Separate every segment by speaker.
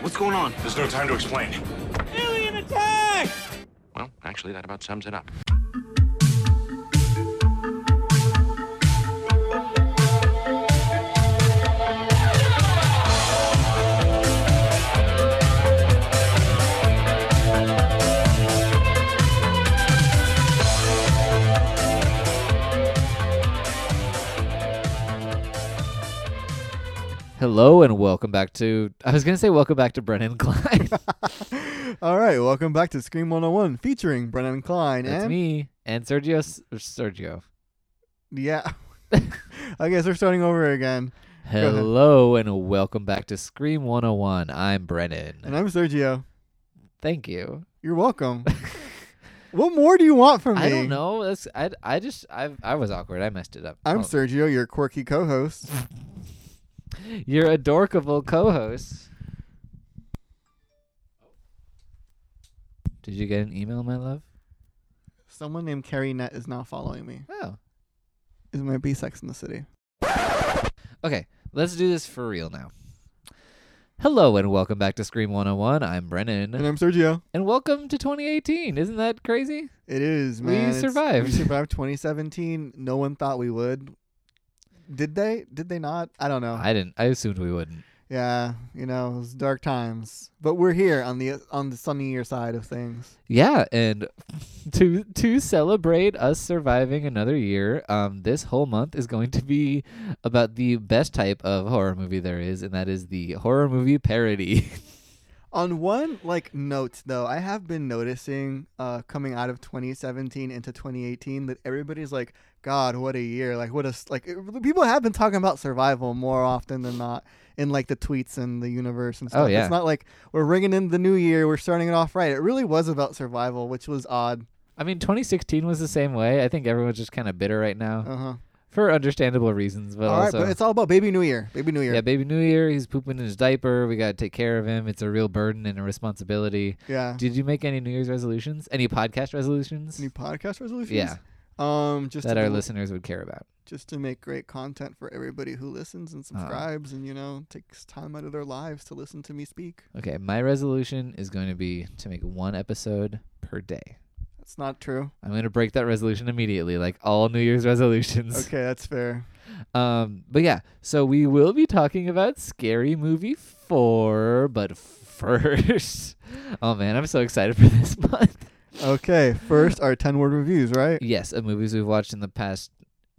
Speaker 1: What's going on?
Speaker 2: There's no time to explain.
Speaker 3: Alien attack!
Speaker 1: Well, actually, that about sums it up.
Speaker 4: Hello and welcome back to. I was gonna say welcome back to Brennan Klein.
Speaker 5: All right, welcome back to Scream 101 featuring Brennan Klein
Speaker 4: That's
Speaker 5: and
Speaker 4: me and Sergio. S- Sergio.
Speaker 5: yeah. I guess we're starting over again. ahead.
Speaker 4: Hello and welcome back to Scream 101. I'm Brennan.
Speaker 5: And I'm Sergio.
Speaker 4: Thank you.
Speaker 5: You're welcome. what more do you want from me?
Speaker 4: I don't know. That's I. I just I. I was awkward. I messed it up.
Speaker 5: I'm
Speaker 4: Oh.
Speaker 5: Sergio, your quirky co-host.
Speaker 4: Your adorkable co-host. Did you get an email, my love?
Speaker 5: Someone named Carrie Net is now following me.
Speaker 4: Oh.
Speaker 5: It might be Sex in the City.
Speaker 4: Okay, let's do this for real now. Hello and welcome back to Scream 101. I'm Brennan.
Speaker 5: And I'm Sergio.
Speaker 4: And welcome to 2018. Isn't that crazy?
Speaker 5: It is,
Speaker 4: We
Speaker 5: man. It's-
Speaker 4: survived.
Speaker 5: We survived 2017. No one thought we would. Did they? Did they not? I don't know.
Speaker 4: I didn't. I assumed we wouldn't.
Speaker 5: yeah, you know, it was dark times. But we're here on the on the sunnier side of things.
Speaker 4: Yeah, and to to celebrate us surviving another year, um, this whole month is going to be about the best type of horror movie there is, and that is the horror movie parody.
Speaker 5: On one like note though, I have been noticing uh coming out of 2017 into 2018 that everybody's like, God, what a year! Like what a s- like it- people have been talking about survival more often than not in like the tweets and the universe and
Speaker 4: Oh,
Speaker 5: stuff.
Speaker 4: yeah.
Speaker 5: It's not like we're ringing in the new year, we're starting it off right. It really was about survival, which was odd.
Speaker 4: I mean, 2016 was the same way. I think everyone's just kind of bitter right now
Speaker 5: Uh huh.
Speaker 4: for understandable reasons, but
Speaker 5: All right,
Speaker 4: also
Speaker 5: but it's all about baby new year, baby new year.
Speaker 4: yeah, baby New Year. He's pooping in his diaper. We gotta take care of him. It's a real burden and a responsibility.
Speaker 5: yeah.
Speaker 4: Did you make any New Year's resolutions? Any podcast resolutions?
Speaker 5: New podcast resolutions.
Speaker 4: Yeah.
Speaker 5: Um, just
Speaker 4: that
Speaker 5: to
Speaker 4: our
Speaker 5: do-
Speaker 4: listeners would care about.
Speaker 5: just to make great content for everybody who listens and
Speaker 4: Uh-huh.
Speaker 5: subscribes and you know takes time out of their lives to listen to me speak
Speaker 4: Okay, my resolution is going to be to make one episode per day.
Speaker 5: that's not true
Speaker 4: I'm going to break that resolution immediately, like all New Year's resolutions.
Speaker 5: okay that's fair
Speaker 4: Um, but yeah, so we will be talking about Scary Movie 4, but first, oh man, I'm so excited for this month.
Speaker 5: okay first our 10 word reviews right
Speaker 4: Yes, of movies we've watched in the past,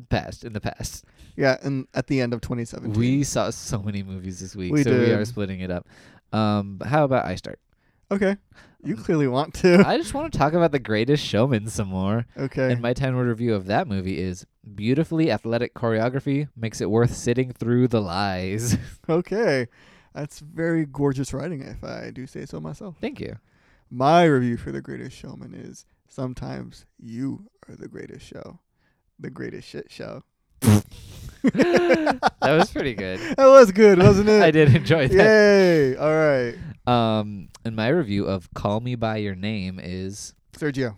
Speaker 4: past, in the past.
Speaker 5: yeah and at the end of 2017
Speaker 4: We saw so many movies this week,
Speaker 5: We
Speaker 4: so we are
Speaker 5: did.
Speaker 4: splitting it up. Um, but how about I start?
Speaker 5: okay you clearly want to
Speaker 4: Um, I just want to talk about The Greatest Showman some more.
Speaker 5: okay
Speaker 4: And my 10 word review of that movie is beautifully athletic choreography makes it worth sitting through the lies.
Speaker 5: okay that's very gorgeous writing if i do say so myself
Speaker 4: Thank you.
Speaker 5: my review for the greatest showman is sometimes you are the greatest show the greatest shit show
Speaker 4: that was pretty good.
Speaker 5: that was good wasn't it
Speaker 4: I did enjoy that.
Speaker 5: Yay! All right,
Speaker 4: Um, and my review of Call Me By Your Name is
Speaker 5: Sergio.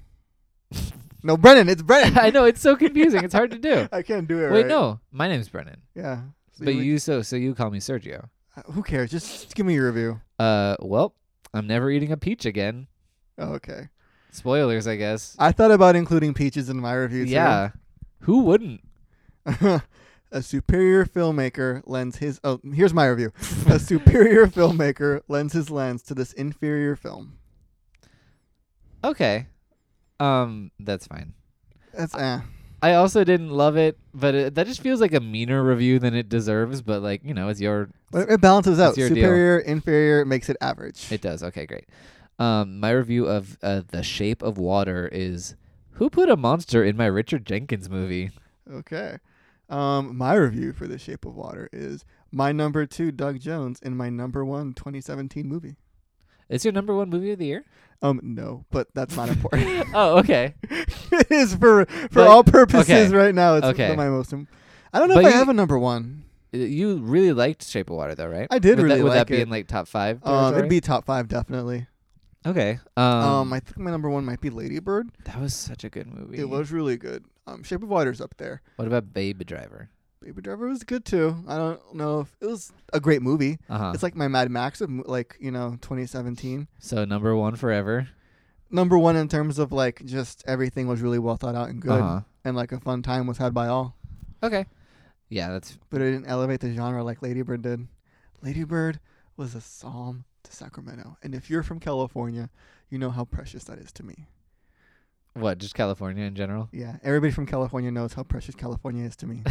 Speaker 5: No, Brennan. It's Brennan.
Speaker 4: I know it's so confusing. It's hard to do.
Speaker 5: I can't do it.
Speaker 4: Wait,
Speaker 5: right.
Speaker 4: no. My name's Brennan.
Speaker 5: Yeah. So
Speaker 4: But
Speaker 5: would-
Speaker 4: you so so you call me Sergio.
Speaker 5: Who cares? Just, just give me your review.
Speaker 4: Uh, well, I'm never eating a peach again.
Speaker 5: Oh, okay.
Speaker 4: Spoilers, I guess.
Speaker 5: I thought about including peaches in my review. too.
Speaker 4: yeah. Who wouldn't?
Speaker 5: A superior filmmaker lends his. Oh, here's my review. A superior filmmaker lends his lens to this inferior film.
Speaker 4: Okay. Um, that's fine.
Speaker 5: That's eh.
Speaker 4: I also didn't love it, but it, that just feels like a meaner review than it deserves. But like you know, it's your
Speaker 5: But it balances out.
Speaker 4: your deal.
Speaker 5: Superior, inferior, it makes it average.
Speaker 4: it does okay, great. Um, my review of uh, the Shape of Water is who put a monster in my Richard Jenkins movie?
Speaker 5: Okay. Um, my review for The Shape of Water is my number two, Doug Jones, in my number one 2017 movie.
Speaker 4: It's your number one movie of the year.
Speaker 5: Um, no, but that's not important.
Speaker 4: oh, okay.
Speaker 5: it is for for
Speaker 4: But-
Speaker 5: all purposes
Speaker 4: okay.
Speaker 5: right now. It's
Speaker 4: Okay.
Speaker 5: my most. Im- I don't know
Speaker 4: But
Speaker 5: if I
Speaker 4: you-
Speaker 5: have a number one.
Speaker 4: Uh, You really liked Shape of Water, though, right?
Speaker 5: I did
Speaker 4: would
Speaker 5: really
Speaker 4: that, would that
Speaker 5: like
Speaker 4: be
Speaker 5: it.
Speaker 4: in like top five?
Speaker 5: Um,
Speaker 4: territory?
Speaker 5: it'd be top five definitely.
Speaker 4: okay. Um,
Speaker 5: Um, I think my number one might be Lady Bird.
Speaker 4: that was such a good movie.
Speaker 5: It was really good. Um, Shape of Water's up there.
Speaker 4: What about Baby Driver?
Speaker 5: Baby Driver was good too. I don't know if it was a great movie.
Speaker 4: Uh huh.
Speaker 5: It's like my Mad Max of mo- like you know 2017.
Speaker 4: So number one forever.
Speaker 5: Number one in terms of like just everything was really well thought out and good,
Speaker 4: Uh-huh.
Speaker 5: and like a fun time was had by all.
Speaker 4: Okay. Yeah, that's
Speaker 5: But it didn't elevate the genre like Lady Bird did. Lady Bird was a psalm to Sacramento, and if you're from California, you know how precious that is to me.
Speaker 4: what just California in general.
Speaker 5: Yeah, everybody from California knows how precious California is to me.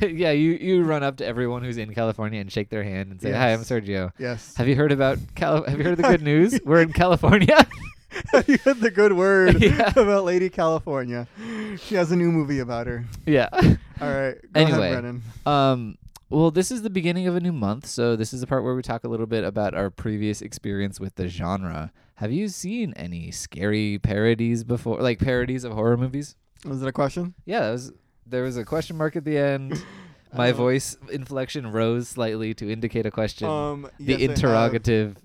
Speaker 4: yeah, you you run up to everyone who's in California and shake their hand and say, "Hi, I'm
Speaker 5: Yes.
Speaker 4: Sergio.
Speaker 5: Yes.
Speaker 4: Have you heard about Cali- Have you heard the good news? We're in California."
Speaker 5: you had the good word
Speaker 4: Yeah.
Speaker 5: about Lady California. She has a new movie about her.
Speaker 4: yeah.
Speaker 5: All right. Go
Speaker 4: Anyway.
Speaker 5: ahead, Brennan.
Speaker 4: Um, well, this is the beginning of a new month, so this is the part where we talk a little bit about our previous experience with the genre. Have you seen any scary parodies before, like parodies of horror movies?
Speaker 5: Was that a question?
Speaker 4: Yeah, that was, there was a question mark at the end. My
Speaker 5: Uh,
Speaker 4: voice inflection rose slightly to indicate a question.
Speaker 5: Um,
Speaker 4: the
Speaker 5: yes, I have-
Speaker 4: interrogative.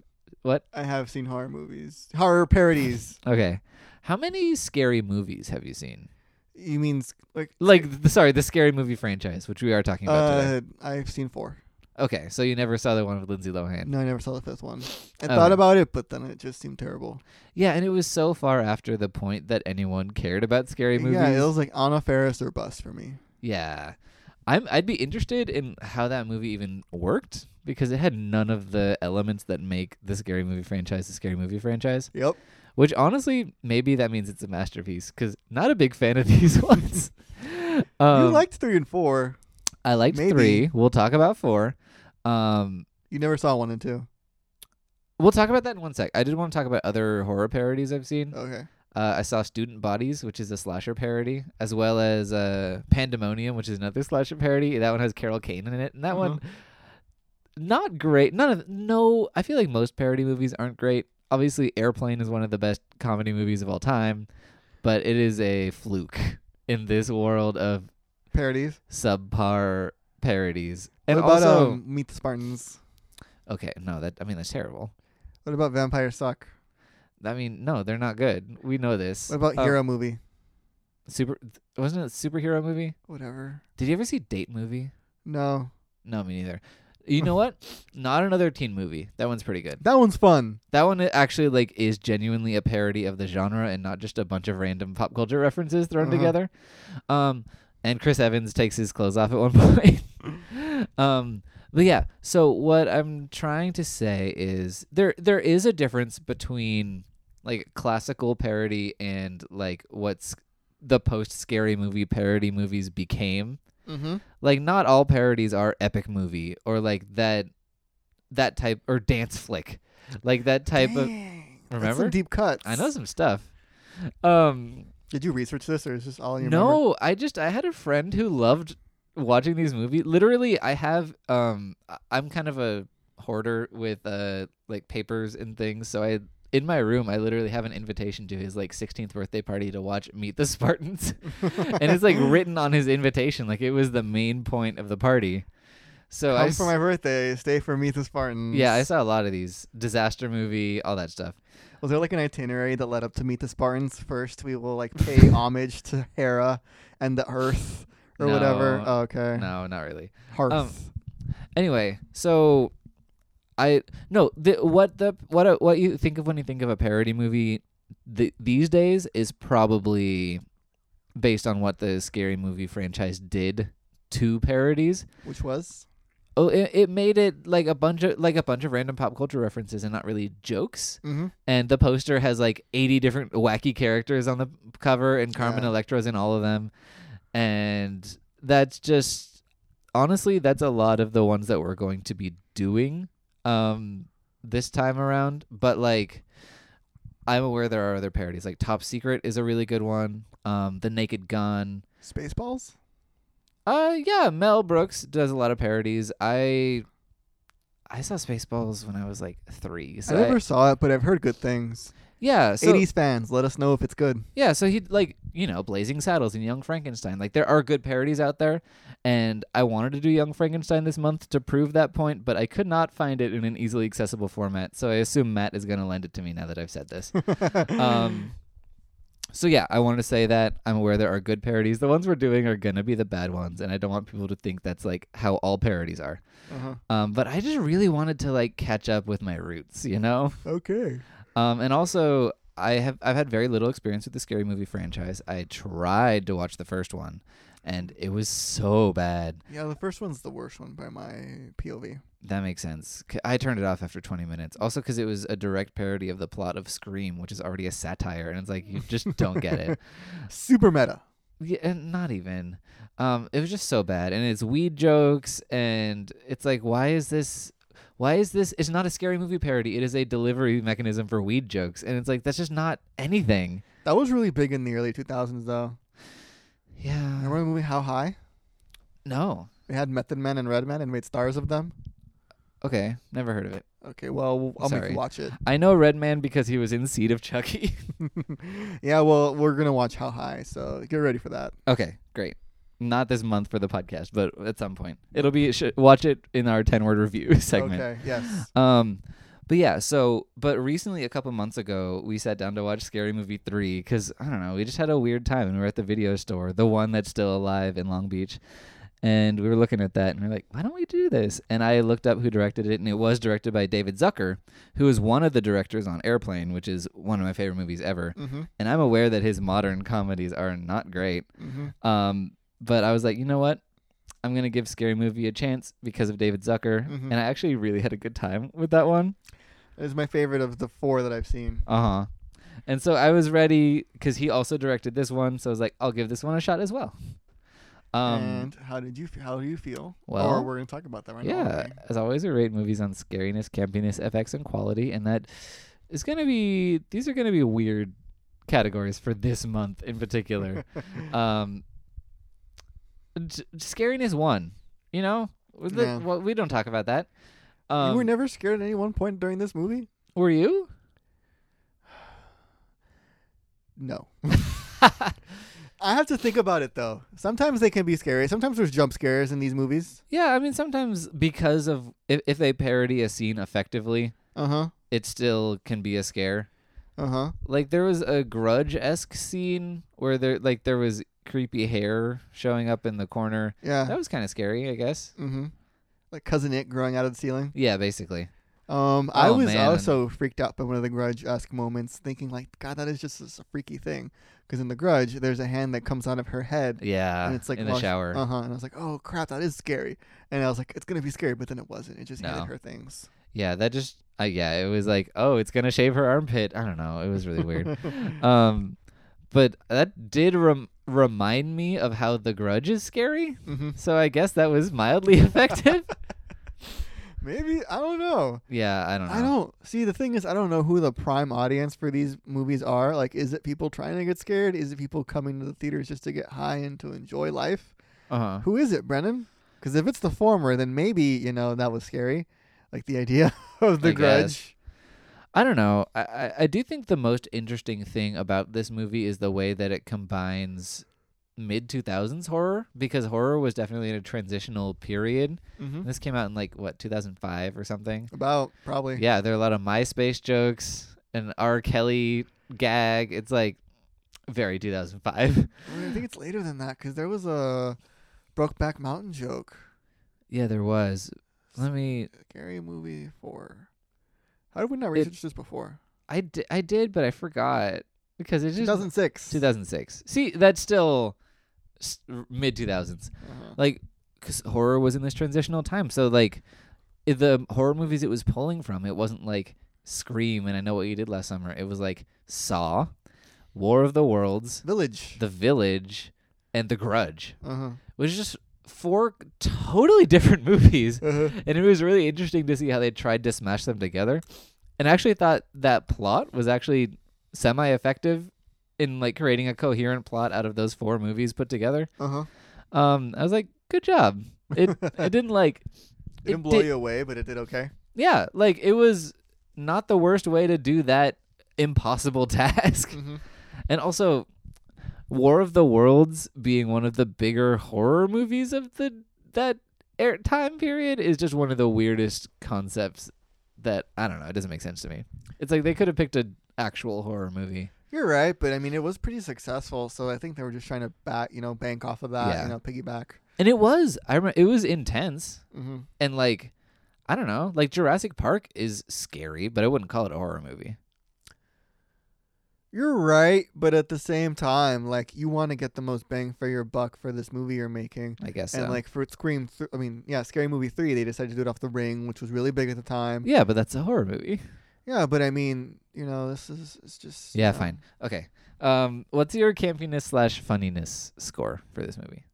Speaker 4: What?
Speaker 5: I have, seen horror movies, horror parodies.
Speaker 4: Okay. How many scary movies have you seen?
Speaker 5: you mean s- like?
Speaker 4: Like, the, sorry, the scary movie franchise, which we are talking about today.
Speaker 5: Uh, I've seen four.
Speaker 4: Okay, so you never saw the one with Lindsay Lohan.
Speaker 5: No, I never saw the fifth one. I
Speaker 4: Oh.
Speaker 5: thought about it, but then it just seemed terrible.
Speaker 4: Yeah, and it was so far after the point that anyone cared about scary movies.
Speaker 5: Yeah, it was like Anna Faris or bust for me.
Speaker 4: Yeah. I'm I'd be interested in how that movie even worked because it had none of the elements that make the scary movie franchise the scary movie franchise,
Speaker 5: Yep.
Speaker 4: which honestly maybe that means it's a masterpiece cuz not a big fan of these ones. Um,
Speaker 5: you liked three and four.
Speaker 4: I liked
Speaker 5: maybe.
Speaker 4: 3. We'll talk about 4. Um
Speaker 5: You never saw one and two.
Speaker 4: We'll talk about that in one sec. I did want to talk about other horror parodies I've seen.
Speaker 5: Okay.
Speaker 4: Uh, I saw Student Bodies, which is a slasher parody, as well as uh, Pandemonium, which is another slasher parody. That one has Carol Kane in it, and that one
Speaker 5: Uh-huh.
Speaker 4: not great. None of no. I feel like most parody movies aren't great. Obviously, Airplane is one of the best comedy movies of all time, but it is a fluke in this world of
Speaker 5: Parodies.
Speaker 4: subpar parodies.
Speaker 5: What
Speaker 4: And
Speaker 5: about
Speaker 4: also,
Speaker 5: um, Meet the Spartans?
Speaker 4: okay, no, that I mean that's terrible.
Speaker 5: What about Vampire Suck?
Speaker 4: I mean, no, they're not good. We know this.
Speaker 5: What about
Speaker 4: Um,
Speaker 5: Hero Movie?
Speaker 4: Super wasn't it a superhero movie?
Speaker 5: Whatever.
Speaker 4: Did you ever see Date Movie?
Speaker 5: No,
Speaker 4: No, me neither. You know what? Not another teen movie. That one's pretty good.
Speaker 5: that one's fun.
Speaker 4: That one i- actually like is genuinely a parody of the genre and not just a bunch of random pop culture references thrown
Speaker 5: Uh-huh.
Speaker 4: together. Um, and Chris Evans takes his clothes off at one point. um, but yeah, so what I'm trying to say is there there is a difference between like classical parody and like what's the post scary movie parody movies became
Speaker 5: Mm-hmm.
Speaker 4: like not all parodies are epic movie or like that that type or dance flick like that type of
Speaker 5: That's some
Speaker 4: Remember?
Speaker 5: deep cuts.
Speaker 4: i know some stuff um
Speaker 5: Did you research this, or is this all in your
Speaker 4: no i just i had a friend who loved watching these movies literally i have um I- i'm kind of a hoarder with uh like papers and things so i in my room i literally have an invitation to his like 16th birthday party to watch meet the spartans and it's like written on his invitation like it was the main point of the party so
Speaker 5: Come
Speaker 4: i
Speaker 5: for
Speaker 4: s-
Speaker 5: my birthday. Stay for Meet the Spartans.
Speaker 4: Yeah, I saw a lot of these disaster movie, all that stuff.
Speaker 5: Was there like an itinerary that led up to Meet the Spartans? First, we will like pay homage to Hera and the Earth or whatever.
Speaker 4: No.
Speaker 5: Oh, okay.
Speaker 4: No, not really.
Speaker 5: Hearth.
Speaker 4: Um, Anyway, so I no the what the what a, what you think of when you think of a parody movie th- these days is probably based on what the scary movie franchise did to parodies.
Speaker 5: which was?
Speaker 4: Oh, it, it made it like a bunch of like a bunch of random pop culture references and not really jokes.
Speaker 5: Mm-hmm.
Speaker 4: And the poster has like 80 different wacky characters on the cover, and Carmen
Speaker 5: Yeah.
Speaker 4: Electra's in all of them. And that's just honestly, that's a lot of the ones that we're going to be doing um, this time around. But like, I'm aware there are other parodies. Like Top Secret is a really good one. Um, the Naked Gun.
Speaker 5: Spaceballs.
Speaker 4: Uh, yeah, Mel Brooks does a lot of parodies. I I saw Spaceballs when I was like three. So
Speaker 5: I
Speaker 4: I-
Speaker 5: never saw it, but I've heard good things.
Speaker 4: yeah, so
Speaker 5: 80s fans, let us know if it's good.
Speaker 4: Yeah, so he like you know Blazing Saddles and Young Frankenstein. Like there are good parodies out there, and I wanted to do Young Frankenstein this month to prove that point, but I could not find it in an easily accessible format. So I assume Matt is going to lend it to me now that I've said this. um, So yeah, I wanted to say that I'm aware there are good parodies. The ones we're doing are gonna be the bad ones, and I don't want people to think that's like how all parodies are.
Speaker 5: Uh-huh.
Speaker 4: Um, but I just really wanted to like catch up with my roots, you know.
Speaker 5: Okay.
Speaker 4: Um, and also, I have I've had very little experience with the scary movie franchise. I tried to watch the first one, and it was so bad.
Speaker 5: Yeah, the first one's the worst one by my POV.
Speaker 4: That makes sense. C- I turned it off after 20 minutes. Also, because it was a direct parody of the plot of Scream, which is already a satire, and it's like you just don't get it.
Speaker 5: Super meta.
Speaker 4: Yeah, and not even. Um, it was just so bad, and it's weed jokes, and it's like, why is this? Why is this? It's not a scary movie parody. It is a delivery mechanism for weed jokes, and it's like that's just not anything.
Speaker 5: That was really big in the early 2000s, though.
Speaker 4: Yeah.
Speaker 5: Remember the movie How High?
Speaker 4: No.
Speaker 5: They had Method Man and Redman and made stars of them.
Speaker 4: Okay. Never heard of it.
Speaker 5: Okay, well, I'll make
Speaker 4: Sorry.
Speaker 5: you watch it.
Speaker 4: I know Redman because he was in Seed of Chucky.
Speaker 5: yeah, well, we're gonna watch How High, so get ready for that.
Speaker 4: okay. Great. Not this month for the podcast, but at some point it'll be. Sh- watch it in our ten word review segment.
Speaker 5: Okay. Yes.
Speaker 4: Um, but yeah, so but recently, a couple months ago, we sat down to watch Scary Movie three because I don't know, we just had a weird time, and we were at the video store, the one that's still alive in Long Beach, and we were looking at that, and we are like, why don't we do this? And I looked up who directed it, and it was directed by David Zucker, who is one of the directors on Airplane, which is one of my favorite movies ever,
Speaker 5: Mm-hmm.
Speaker 4: and I'm aware that his modern comedies are not great,
Speaker 5: Mm-hmm.
Speaker 4: um, but I was like, you know what? I'm gonna give Scary Movie a chance because of David Zucker,
Speaker 5: Mhm.
Speaker 4: and I actually really had a good time with that one.
Speaker 5: It is my favorite of the four that I've seen.
Speaker 4: Uh huh. And so I was ready because he also directed this one, so I was like, I'll give this one a shot as well. Um,
Speaker 5: and how did you f- how do you feel? or
Speaker 4: well,
Speaker 5: we're gonna talk about that right now.
Speaker 4: yeah.
Speaker 5: aren't we?
Speaker 4: As always, we rate movies on scariness, campiness, FX, and quality, and that is gonna be these are gonna be weird categories for this month in particular. um, d- scariness one, you know, Was the-
Speaker 5: Yeah.
Speaker 4: well, we don't talk about that.
Speaker 5: you
Speaker 4: Um,
Speaker 5: were never scared at any one point during this movie.
Speaker 4: were you?
Speaker 5: No. I have to think about it though. Sometimes they can be scary. Sometimes there's jump scares in these movies.
Speaker 4: Yeah, I mean, sometimes because of if, if they parody a scene effectively,
Speaker 5: Uh huh.
Speaker 4: it still can be a scare.
Speaker 5: Uh huh.
Speaker 4: Like there was a grudge esque scene where there like there was creepy hair showing up in the corner.
Speaker 5: Yeah.
Speaker 4: That was kind of scary, I guess.
Speaker 5: Mm-hmm. Like cousin it growing out of the ceiling.
Speaker 4: Yeah, basically.
Speaker 5: Um, I
Speaker 4: Oh,
Speaker 5: was
Speaker 4: man.
Speaker 5: also freaked out by one of the Grudge esque moments, thinking like, God, that is just a freaky thing. Because in the Grudge, there's a hand that comes out of her head,
Speaker 4: Yeah.
Speaker 5: and it's like
Speaker 4: in the shower.
Speaker 5: Uh huh. And I was like, Oh crap, that is scary. And I was like, It's gonna be scary, but then it wasn't. It just
Speaker 4: No.
Speaker 5: handed her things.
Speaker 4: yeah, that just uh, yeah, it was like, "Oh, it's going to shave her armpit." I don't know. It was really weird. um but that did rem- remind me of how The Grudge is scary.
Speaker 5: hmm
Speaker 4: So I guess that was mildly effective.
Speaker 5: Maybe I don't know.
Speaker 4: yeah, I don't know.
Speaker 5: I don't see the thing is I don't know who the prime audience for these movies are. Like, is it people trying to get scared? Is it people coming to the theaters just to get high and to enjoy life?
Speaker 4: Uh-huh.
Speaker 5: Who is it, Brennan? Because if it's the former, then maybe you know that was scary, like the idea of the
Speaker 4: I
Speaker 5: Grudge.
Speaker 4: I don't know. I, I, I do think the most interesting thing about this movie is the way that it combines mid 2000s horror because horror was definitely in a transitional period.
Speaker 5: Mm-hmm.
Speaker 4: This came out in like, what, 2005 or something?
Speaker 5: About probably.
Speaker 4: Yeah, there are a lot of MySpace jokes, an R. Kelly gag. It's like very 2005.
Speaker 5: I, mean, I think it's later than that because there was a Brokeback Mountain joke,
Speaker 4: yeah, there was. Let me.
Speaker 5: scary movie for. How did we not research this before?
Speaker 4: I, di- I did, but I forgot because it just.
Speaker 5: 2006.
Speaker 4: 2006. See, that's still s- mid 2000s.
Speaker 5: Uh-huh.
Speaker 4: like because horror was in this transitional time so like i- the horror movies it was pulling from it wasn't like scream and i know what you did last summer it was like saw war of the worlds
Speaker 5: Village.
Speaker 4: the village and the grudge
Speaker 5: uh-huh.
Speaker 4: which is just four totally different movies
Speaker 5: Uh-huh.
Speaker 4: and it was really interesting to see how they tried to smash them together and i actually thought that plot was actually semi-effective in like creating a coherent plot out of those four movies put together
Speaker 5: Uh-huh.
Speaker 4: um, I was like, good job. It I didn't like
Speaker 5: It didn't blow
Speaker 4: did-
Speaker 5: you away, but it did okay.
Speaker 4: Yeah, like it was not the worst way to do that impossible task.
Speaker 5: Mm-hmm.
Speaker 4: and also War of the Worlds being one of the bigger horror movies of the that air time period is just one of the weirdest concepts that I don't know, it doesn't make sense to me. It's like they could have picked an actual horror movie.
Speaker 5: You're right, but I mean, it was pretty successful, so I think they were just trying to bat, you know, bank off of that,
Speaker 4: Yeah.
Speaker 5: you know, piggyback.
Speaker 4: And it was. I remember it was intense.
Speaker 5: hmm
Speaker 4: And like I don't know, like Jurassic Park is scary, but I wouldn't call it a horror movie.
Speaker 5: You're right, but at the same time, like you want to get the most bang for your buck for this movie you're making,
Speaker 4: I guess.
Speaker 5: and
Speaker 4: so.
Speaker 5: like for Scream, th- I mean, yeah, Scary Movie three, they decided to do it off the Ring, which was really big at the time.
Speaker 4: yeah, but that's a horror movie.
Speaker 5: Yeah, but I mean, you know, this is it's just you
Speaker 4: Yeah,
Speaker 5: know.
Speaker 4: fine. Okay. Um, what's your campiness slash funniness score for this movie?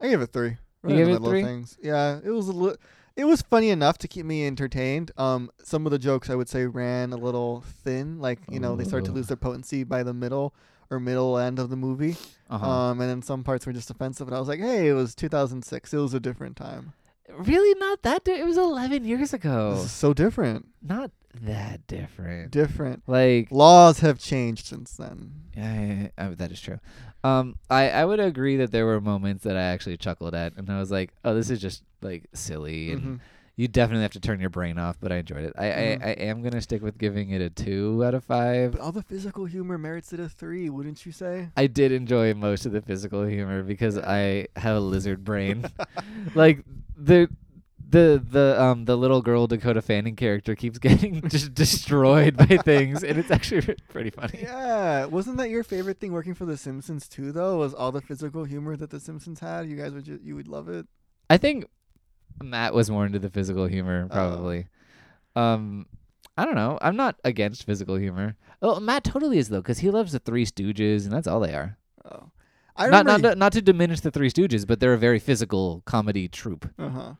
Speaker 5: I gave it three.
Speaker 4: You
Speaker 5: Right in
Speaker 4: gave
Speaker 5: the
Speaker 4: it
Speaker 5: middle of
Speaker 4: three?
Speaker 5: Things. Yeah, it was a li- it was funny enough to keep me entertained. Um, some of the jokes I would say ran a little thin, like you know they started to
Speaker 4: Ooh.
Speaker 5: lose their potency by the middle or middle end of the movie.
Speaker 4: Uh-huh.
Speaker 5: Um, and then some parts were just offensive, and I was like, hey, it was 2006. It was a different time.
Speaker 4: really not that di- it was 11 years
Speaker 5: This
Speaker 4: ago.
Speaker 5: is so different.
Speaker 4: Not that different.
Speaker 5: Different
Speaker 4: Like
Speaker 5: laws have changed since then.
Speaker 4: Yeah, yeah, yeah, uh, that is true. Um, I, I would agree that there were moments that I actually chuckled at, and I was like, "Oh, this is just like silly," and
Speaker 5: Mhm.
Speaker 4: you definitely have to turn your brain off. But I enjoyed it. I,
Speaker 5: Mhm.
Speaker 4: I, I am gonna stick with giving it a two out of five.
Speaker 5: But all the physical humor merits it a three, wouldn't you say?
Speaker 4: I did enjoy most of the physical humor because I have a lizard brain. like the the the um the little girl Dakota Fanning character keeps getting just destroyed by things, and it's actually pretty funny.
Speaker 5: Yeah, wasn't that your favorite thing working for The Simpsons too? Though was all the physical humor that The Simpsons had. You guys would ju- you would love it.
Speaker 4: I think Matt was more into the physical humor,
Speaker 5: Oh.
Speaker 4: probably. Um, I don't know. I'm not against physical humor. Oh, Matt totally is though, because he loves the Three Stooges, and that's all they are.
Speaker 5: Oh, I
Speaker 4: not
Speaker 5: remember.
Speaker 4: not to, not to diminish the Three Stooges, but they're a very physical comedy troupe.
Speaker 5: uh huh.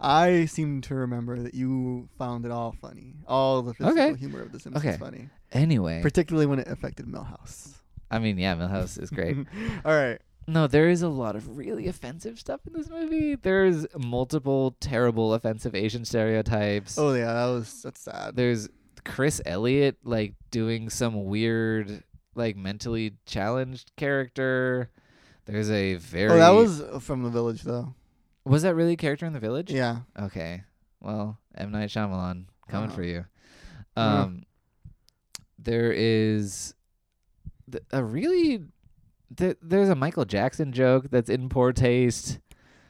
Speaker 5: I seem to remember that you found it all funny. All the physical
Speaker 4: Okay.
Speaker 5: humor of The Simpsons
Speaker 4: Okay.
Speaker 5: funny,
Speaker 4: Anyway,
Speaker 5: particularly when it affected Millhouse.
Speaker 4: I mean, yeah, Milhouse is great.
Speaker 5: all right.
Speaker 4: no, there is a lot of really offensive stuff in this movie. There's multiple terrible offensive Asian stereotypes.
Speaker 5: Oh yeah, that was that's sad.
Speaker 4: there's Chris Elliott like doing some weird like mentally challenged character. There's a very
Speaker 5: Oh, that was from The Village though.
Speaker 4: was that really a character in the village?
Speaker 5: Yeah.
Speaker 4: Okay. Well, M Night Shyamalan coming
Speaker 5: Uh-huh.
Speaker 4: for you.
Speaker 5: Uh-huh.
Speaker 4: Um, there is th- a really th- there's a Michael Jackson joke that's in poor taste.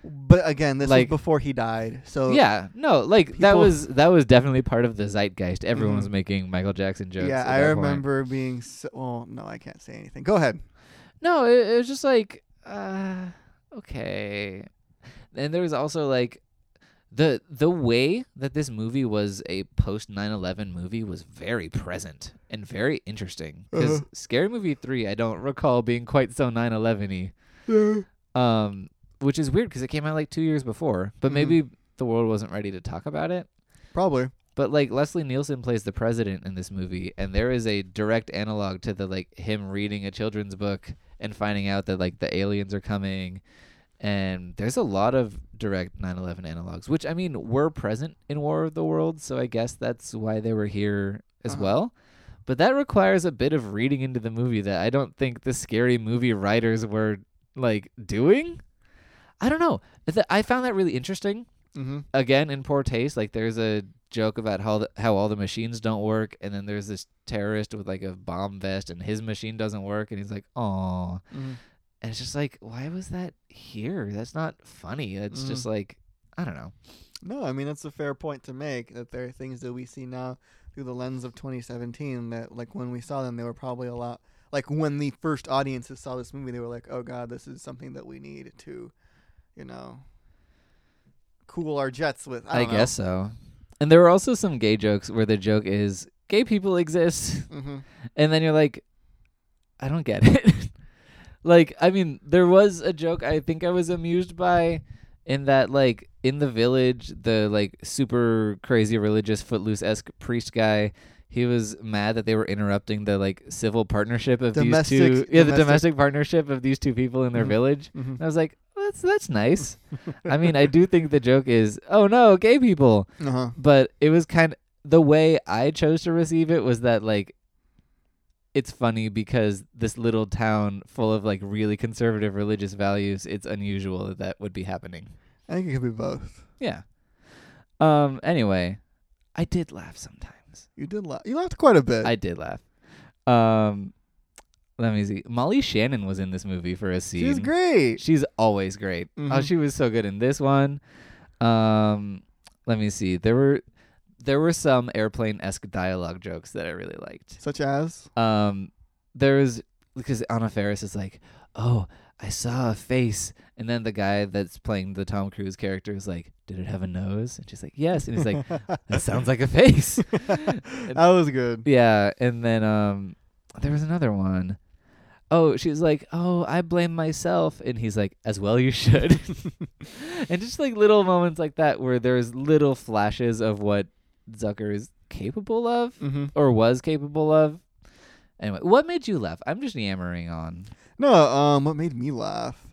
Speaker 5: But again, this
Speaker 4: Like-
Speaker 5: was before he died, so
Speaker 4: yeah, no, like that
Speaker 5: Oh. people-
Speaker 4: was that was definitely part of the zeitgeist. Everyone
Speaker 5: Mhm.
Speaker 4: was making Michael Jackson jokes.
Speaker 5: Yeah,
Speaker 4: at
Speaker 5: I
Speaker 4: that point.
Speaker 5: remember being so. Well, no, I can't say anything. Go ahead.
Speaker 4: No, it, it was just like, uh, okay. And there was also like the the way that this movie was a post 9/11 movie was very present and very interesting because
Speaker 5: Uh-huh.
Speaker 4: Scary Movie 3 I don't recall being quite so 9/11y.
Speaker 5: Yeah.
Speaker 4: Um which is weird because it came out like 2 years before, but
Speaker 5: Mhm.
Speaker 4: maybe the world wasn't ready to talk about it.
Speaker 5: Probably.
Speaker 4: But like Leslie Nielsen plays the president in this movie, and there is a direct analog to the like him reading a children's book and finding out that like the aliens are coming, and there's a lot of direct 9/11 analogs, which I mean were present in War of the Worlds, so I guess that's why they were here as
Speaker 5: Uh-huh.
Speaker 4: well. But that requires a bit of reading into the movie that I don't think the scary movie writers were like doing. I don't know. Th- I found that really interesting
Speaker 5: Mm-hmm.
Speaker 4: again in poor taste. Like there's a joke about how the, how all the machines don't work, and then there's this terrorist with like a bomb vest, and his machine doesn't work, and he's like, "Oh,"
Speaker 5: Mm-hmm.
Speaker 4: and it's just like, why was that here? That's not funny. That's
Speaker 5: Mm.
Speaker 4: just like, I don't know.
Speaker 5: No, I mean that's a fair point to make. That there are things that we see now through the lens of 2017 that, like, when we saw them, they were probably a lot. Like when the first audiences saw this movie, they were like, "Oh God, this is something that we need to, you know, cool our jets with." I,
Speaker 4: I, guess so. And there were also some gay jokes where the joke is gay people exist,
Speaker 5: Mm-hmm.
Speaker 4: and then you're like, I don't get it. like, I mean, there was a joke I think I was amused by in that, like, in the village, the like super crazy religious footloose esque priest guy. He was mad that they were interrupting the like civil partnership of
Speaker 5: Domestic-
Speaker 4: these two, yeah, the
Speaker 5: domestic-
Speaker 4: domestic partnership of these two people in their
Speaker 5: Mhm.
Speaker 4: village.
Speaker 5: Mm-hmm.
Speaker 4: And I was like, well, that's that's nice. I mean, I do think the joke is, oh no, gay people
Speaker 5: Uh huh.
Speaker 4: but it was kind of the way I chose to receive it was that like it's funny because this little town full of like really conservative religious values, it's unusual that that would be happening.
Speaker 5: I think it could be both.
Speaker 4: Yeah. Um anyway, I did laugh sometimes.
Speaker 5: You did laugh. You laughed quite a bit.
Speaker 4: I did laugh. Um Let me see. Molly Shannon was in this movie for a scene.
Speaker 5: She's great.
Speaker 4: She's always great. Oh,
Speaker 5: Mhm.
Speaker 4: she was so good in this one. Um, let me see. There were there were some airplane esque dialogue jokes that I really liked.
Speaker 5: Such as
Speaker 4: Um, there was because Anna Faris is like, "Oh, I saw a face," and then the guy that's playing the Tom Cruise character is like, "Did it have a nose?" And she's like, "Yes," and he's like, "That sounds like a face."
Speaker 5: that was good.
Speaker 4: Yeah, and then um there was another one. Oh, she's like, "Oh, I blame myself." And he's like, "As well you should." and just like little moments like that where there's little flashes of what Zucker is capable of
Speaker 5: Mm-hmm.
Speaker 4: or was capable of. Anyway, what made you laugh? I'm just yammering on.
Speaker 5: No, um, what made me laugh?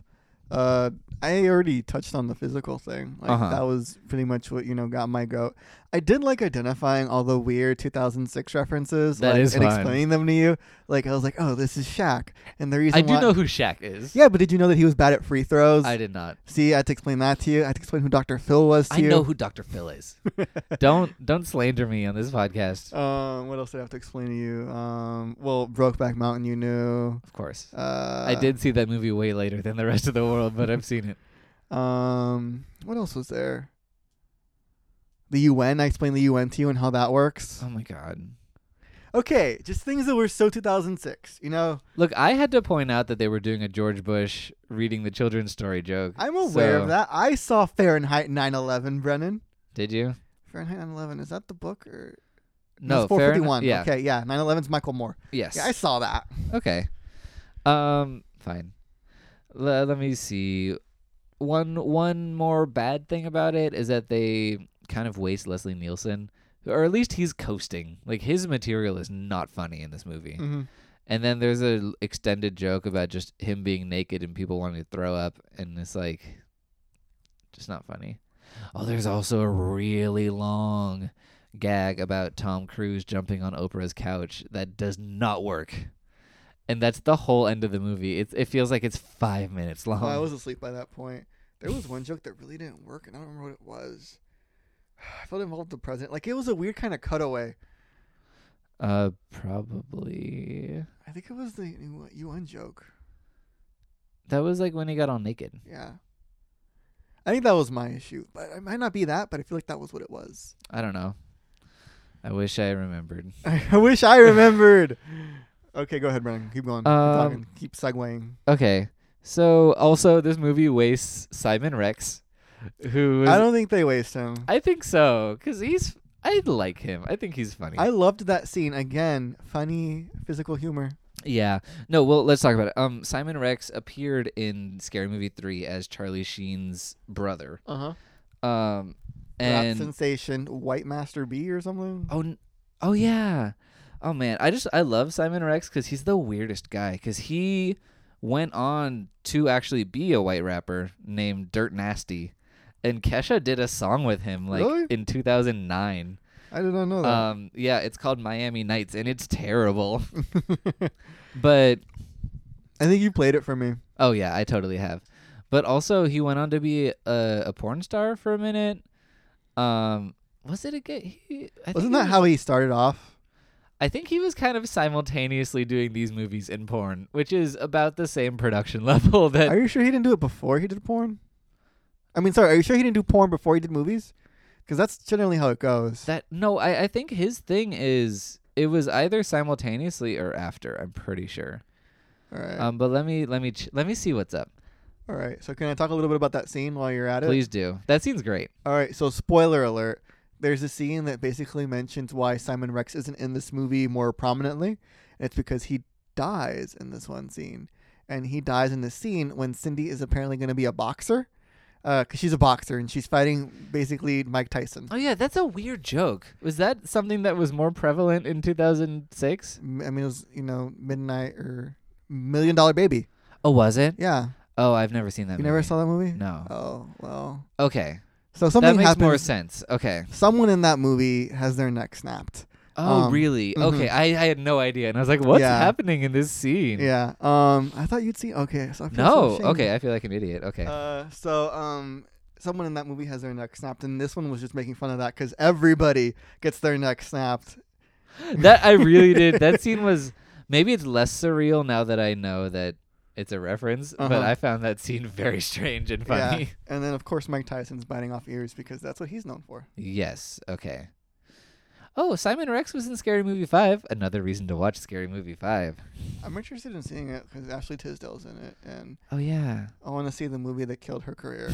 Speaker 5: Uh, I already touched on the physical thing. Like
Speaker 4: Uh-huh.
Speaker 5: that was pretty much what you know got my goat. I did like identifying all the weird 2006 references.
Speaker 4: That
Speaker 5: like,
Speaker 4: is
Speaker 5: and
Speaker 4: fun.
Speaker 5: explaining them to you. Like I was like, oh, this is Shaq, and the reason
Speaker 4: I do
Speaker 5: why-
Speaker 4: know who Shaq is.
Speaker 5: Yeah, but did you know that he was bad at free throws?
Speaker 4: I did not.
Speaker 5: See, I had to explain that to you. I had to explain who Dr. Phil was to
Speaker 4: I
Speaker 5: you.
Speaker 4: know who Dr. Phil is. don't don't slander me on this podcast.
Speaker 5: Um, what else did I have to explain to you? Um, well, Brokeback Mountain, you knew.
Speaker 4: Of course.
Speaker 5: Uh,
Speaker 4: I did see that movie way later than the rest of the world, but I've seen it.
Speaker 5: Um, what else was there? The UN. I explained the UN to you and how that works.
Speaker 4: Oh my god.
Speaker 5: Okay, just things that were so 2006. You know,
Speaker 4: Look, I had to point out that they were doing a George Bush reading the children's story joke.
Speaker 5: I'm aware
Speaker 4: so-
Speaker 5: of that. I saw Fahrenheit 9/11, Brennan.
Speaker 4: Did you?
Speaker 5: Fahrenheit 9/11 is that the book or
Speaker 4: No,
Speaker 5: it's
Speaker 4: fair
Speaker 5: 451?
Speaker 4: enough. Yeah.
Speaker 5: Okay, yeah. 9/11's Michael Moore.
Speaker 4: Yes.
Speaker 5: Yeah, I saw that.
Speaker 4: okay. Um. Fine. Le- let me see. One one more bad thing about it is that they kind of waste Leslie Nielsen, or at least he's coasting. Like his material is not funny in this movie.
Speaker 5: Mm-hmm.
Speaker 4: And then there's a l- extended joke about just him being naked and people wanting to throw up, and it's like, just not funny. Oh, there's also a really long gag about Tom Cruise jumping on Oprah's couch that does not work, and that's the whole end of the movie. It it feels like it's five minutes long.
Speaker 5: Well, I was asleep by that point. There was one joke that really didn't work, and I don't remember what it was. I felt involved with the president. Like it was a weird kind of cutaway.
Speaker 4: uh, probably
Speaker 5: I think it was the UN joke.
Speaker 4: that was like when he got all naked.
Speaker 5: Yeah. I think that was my issue, but it might not be that. But I feel like that was what it was.
Speaker 4: I don't know. I wish I remembered.
Speaker 5: I wish I remembered. okay, go ahead, Brennan. Keep going. Keep,
Speaker 4: Um,
Speaker 5: talking. Keep segueing.
Speaker 4: Okay. So also this movie wastes Simon Rex, who is,
Speaker 5: I
Speaker 4: I
Speaker 5: don't think they waste him. I,
Speaker 4: I think so because he's I like him. I think he's funny.
Speaker 5: loved that scene again. Funny physical humor.
Speaker 4: yeah. No. Well, let's talk about it. Um, Simon Rex appeared in Scary Movie three as Charlie Sheen's brother.
Speaker 5: Uh huh.
Speaker 4: Um,
Speaker 5: That
Speaker 4: and
Speaker 5: sensation, White Master B or something.
Speaker 4: Oh, n- oh yeah. Oh man, I just I love Simon Rex because he's the weirdest guy. Because he went on to actually be a white rapper named Dirt Nasty, and Kesha did a song with him like
Speaker 5: Really? Oh,
Speaker 4: in 2009.
Speaker 5: I did not know that.
Speaker 4: Um, yeah, it's called Miami Nights, and it's terrible. but
Speaker 5: I think you played it for me.
Speaker 4: oh yeah, I totally have. But also, he went on to be a, a porn star for a minute. Um, was it a good? He, I think
Speaker 5: Wasn't
Speaker 4: he
Speaker 5: that
Speaker 4: was-
Speaker 5: how he started off?
Speaker 4: I think he was kind of simultaneously doing these movies and porn, which is about the same production level that
Speaker 5: Are you sure he didn't do it before he did porn? I mean, sorry, are you sure he didn't do porn before he did movies? Because that's generally how it goes.
Speaker 4: that no, I, I think his thing is it was either simultaneously or after, I'm pretty sure.
Speaker 5: all right.
Speaker 4: Um but let me let me ch- let me see what's up.
Speaker 5: all right. So can I talk a little bit about that scene while you're at it?
Speaker 4: Please do. That scene's great.
Speaker 5: All right. So spoiler alert. There's a scene that basically mentions why Simon Rex isn't in this movie more prominently. And it's because he dies in this one scene, and he dies in the scene when Cindy is apparently going to be a boxer, because she's a boxer and she's fighting basically Mike Tyson.
Speaker 4: Oh yeah, that's a weird joke. Was that something that was more prevalent in 2006?
Speaker 5: M- I mean, it was you know Midnight or Million Dollar Baby.
Speaker 4: Oh, was it?
Speaker 5: Yeah,
Speaker 4: Oh, I've never seen that
Speaker 5: you never
Speaker 4: movie.
Speaker 5: saw that movie?
Speaker 4: No.
Speaker 5: Oh well.
Speaker 4: Okay.
Speaker 5: So something
Speaker 4: that makes
Speaker 5: happens.
Speaker 4: more sense. Okay.
Speaker 5: Someone in that movie has their neck snapped.
Speaker 4: Oh,
Speaker 5: Um,
Speaker 4: really?
Speaker 5: mhm.
Speaker 4: Okay. I, I had no idea. And I was like, what's
Speaker 5: Yeah.
Speaker 4: happening in this scene?
Speaker 5: Yeah. Um, I thought you'd see. Okay. So I feel so
Speaker 4: No.
Speaker 5: ashamed.
Speaker 4: Okay, I feel like an idiot. Okay.
Speaker 5: Uh, so um, someone in that movie has their neck snapped, and this one was just making fun of that because everybody gets their neck snapped.
Speaker 4: that I really did. That scene was Maybe it's less surreal now that I know that it's a reference, but
Speaker 5: Uh-huh.
Speaker 4: I found that scene very strange and funny.
Speaker 5: Yeah. And then of course Mike Tyson's biting off ears because that's what he's known for.
Speaker 4: Yes. Okay. Oh, Simon Rex was in Scary Movie 5. Another reason to watch Scary Movie 5.
Speaker 5: I'm interested in seeing it because Ashley Tisdale's in it, and
Speaker 4: Oh, yeah.
Speaker 5: I want to see the movie that killed her career.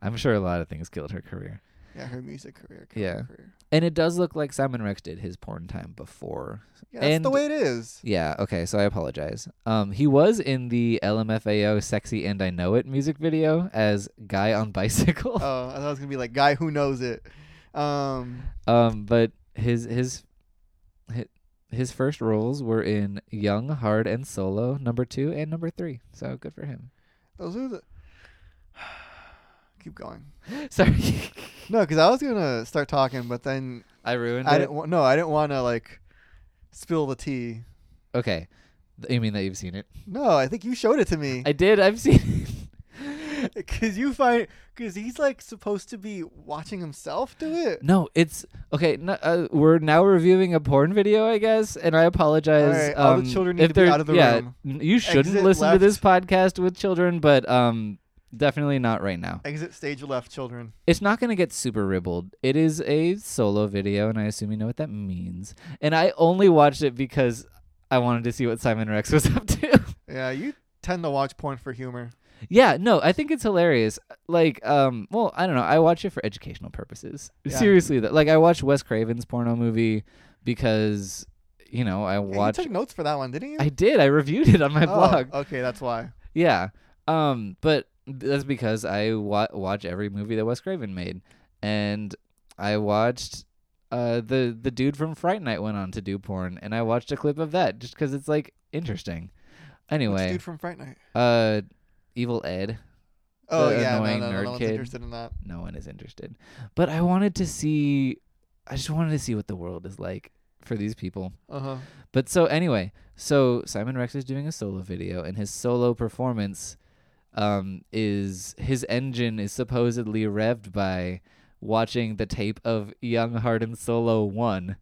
Speaker 4: I'm sure a lot of things killed her career.
Speaker 5: Yeah, her music career. Killed
Speaker 4: Yeah.
Speaker 5: Her career.
Speaker 4: And it does look like Simon Rex did his porn time before.
Speaker 5: Yeah, that's the
Speaker 4: And-
Speaker 5: way it is.
Speaker 4: Yeah, okay, so I apologize. Um, he was in the LMFAO Sexy and I Know It music video as Guy on Bicycle.
Speaker 5: Oh, I thought it was gonna be like guy who knows it. Um,
Speaker 4: Um, but his his hi- his first roles were in Young, Hard, and Solo, number two and number three. So good for him.
Speaker 5: those are the. Keep going.
Speaker 4: Sorry,
Speaker 5: No, because I was gonna start talking, but then
Speaker 4: I ruined
Speaker 5: I
Speaker 4: it.
Speaker 5: didn't. Wa- no, I didn't want to like spill the tea.
Speaker 4: Okay, Th- you mean that you've seen it?
Speaker 5: No, I think you showed it to me.
Speaker 4: I did. I've seen. it.
Speaker 5: Because you find, because he's like supposed to be watching himself do it.
Speaker 4: No, it's okay. No, uh, we're now reviewing a porn video, I guess, and I apologize.
Speaker 5: All right, all the
Speaker 4: um,
Speaker 5: children need
Speaker 4: if
Speaker 5: to be
Speaker 4: they're-
Speaker 5: out of the
Speaker 4: yeah,
Speaker 5: room.
Speaker 4: n- You shouldn't
Speaker 5: Exit
Speaker 4: listen to this podcast with children, but um, definitely not right now.
Speaker 5: Exit stage left, children.
Speaker 4: It's not going to get super ribald. It is a solo video, and I assume you know what that means. And I only watched it because I wanted to see what Simon Rex was up to.
Speaker 5: Yeah, you tend to watch porn for humor.
Speaker 4: yeah, no, I think it's hilarious. Like, um, well, I don't know. I watch it for educational purposes.
Speaker 5: Yeah.
Speaker 4: Seriously, though. like I watched Wes Craven's porno movie because you know I
Speaker 5: Yeah,
Speaker 4: watch.
Speaker 5: You took notes for that one, didn't you?
Speaker 4: I did. I reviewed it on my
Speaker 5: oh,
Speaker 4: blog.
Speaker 5: Okay, that's why.
Speaker 4: Yeah. Um, but that's because I wa- watch every movie that Wes Craven made, and I watched uh the the dude from Fright Night went on to do porn, and I watched a clip of that just because it's like interesting.
Speaker 5: Which
Speaker 4: Anyway,
Speaker 5: dude from Fright Night?
Speaker 4: uh, Evil Ed.
Speaker 5: Oh
Speaker 4: The
Speaker 5: yeah, no,
Speaker 4: annoying
Speaker 5: no, no,
Speaker 4: nerd
Speaker 5: no one's
Speaker 4: kid.
Speaker 5: interested in that.
Speaker 4: No one is interested, but I wanted to see. I just wanted to see what the world is like for these people.
Speaker 5: Uh huh.
Speaker 4: But so anyway, so Simon Rex is doing a solo video, and his solo performance um, is his engine is supposedly revved by watching the tape of Young Harden Solo One.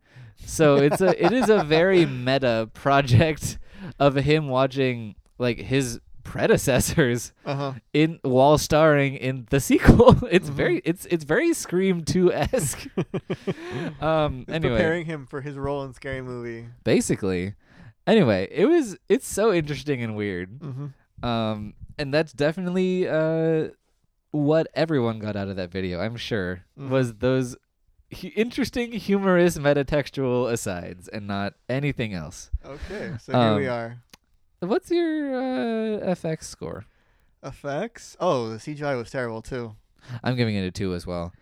Speaker 4: So it's a it is a very meta project of him watching like his predecessors
Speaker 5: Uh huh.
Speaker 4: in while starring in the sequel. It's very it's it's very Scream Two esque. um, anyway,
Speaker 5: Preparing him for his role in Scary Movie.
Speaker 4: basically. Anyway, it was it's so interesting and weird.
Speaker 5: Mm-hmm.
Speaker 4: Um and that's definitely uh what everyone got out of that video, I'm sure,
Speaker 5: Mhm.
Speaker 4: was those hu- interesting humorous metatextual asides and not anything else.
Speaker 5: Okay, so here we
Speaker 4: Um,
Speaker 5: are.
Speaker 4: What's your uh FX score?
Speaker 5: Effects. Oh, the CGI was terrible too.
Speaker 4: I'm giving it a 2 as well.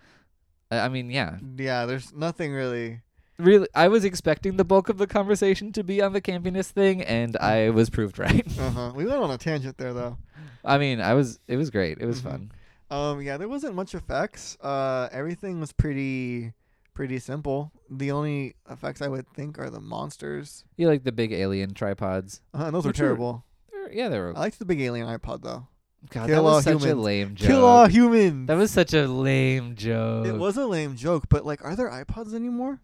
Speaker 4: I I mean, yeah.
Speaker 5: Yeah, there's nothing really.
Speaker 4: Really, I was expecting the bulk of the conversation to be on the campiness thing, and I was proved right.
Speaker 5: Uh huh. We went on a tangent there though.
Speaker 4: I mean, I was. It was great. It was
Speaker 5: Mhm.
Speaker 4: fun.
Speaker 5: Um, yeah, there wasn't much effects. Uh, everything was pretty, pretty simple. The only effects I would think are the monsters,
Speaker 4: You like the big alien tripods?
Speaker 5: uh, and those
Speaker 4: Which
Speaker 5: were
Speaker 4: were-
Speaker 5: terrible.
Speaker 4: They're- yeah, they were.
Speaker 5: I liked the big alien iPod though.
Speaker 4: God, that
Speaker 5: Uh, kill
Speaker 4: was
Speaker 5: all
Speaker 4: such a
Speaker 5: humans.
Speaker 4: lame joke.
Speaker 5: Kill all humans.
Speaker 4: that was such a lame joke.
Speaker 5: It was a lame joke, but like, are there iPods anymore?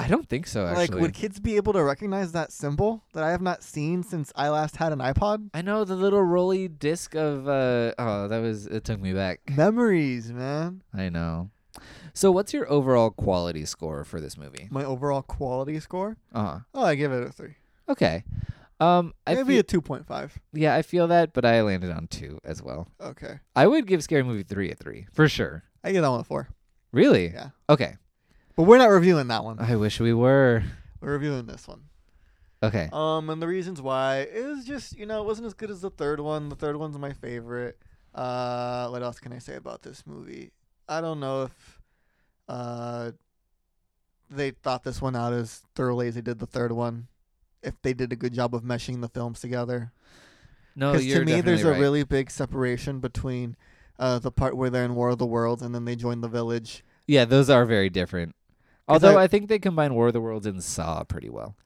Speaker 4: I don't think so. Actually,
Speaker 5: Like, would kids be able to recognize that symbol that I have not seen since I last had an iPod?
Speaker 4: I know the little rolly disc of. Uh, oh, that was. It took me back.
Speaker 5: Memories, man.
Speaker 4: I know. So, what's your overall quality score for this movie?
Speaker 5: My overall quality score.
Speaker 4: Uh huh.
Speaker 5: Oh, I give it a three.
Speaker 4: Okay. Um, I
Speaker 5: Maybe
Speaker 4: feel,
Speaker 5: a two point five.
Speaker 4: yeah, I feel that, but I landed on two as well.
Speaker 5: Okay,
Speaker 4: I would give Scary Movie three a three for sure.
Speaker 5: I give that one a four.
Speaker 4: Really?
Speaker 5: Yeah,
Speaker 4: Okay.
Speaker 5: but we're not reviewing that one.
Speaker 4: I wish we were.
Speaker 5: We're reviewing this one.
Speaker 4: Okay.
Speaker 5: Um, and the reasons why is just you know it wasn't as good as the third one. The third one's my favorite. Uh, what else can I say about this movie? I don't know if uh they thought this one out as thoroughly as they did the third one. If they did a good job of meshing the films together,
Speaker 4: No,
Speaker 5: because
Speaker 4: Oh, you're
Speaker 5: to me there's
Speaker 4: definitely
Speaker 5: a
Speaker 4: right.
Speaker 5: really big separation between uh the part where they're in War of the Worlds and then they join the village.
Speaker 4: Yeah, those are very different.
Speaker 5: 'Cause
Speaker 4: Although I,
Speaker 5: I-
Speaker 4: think they combine War of the Worlds and Saw pretty well.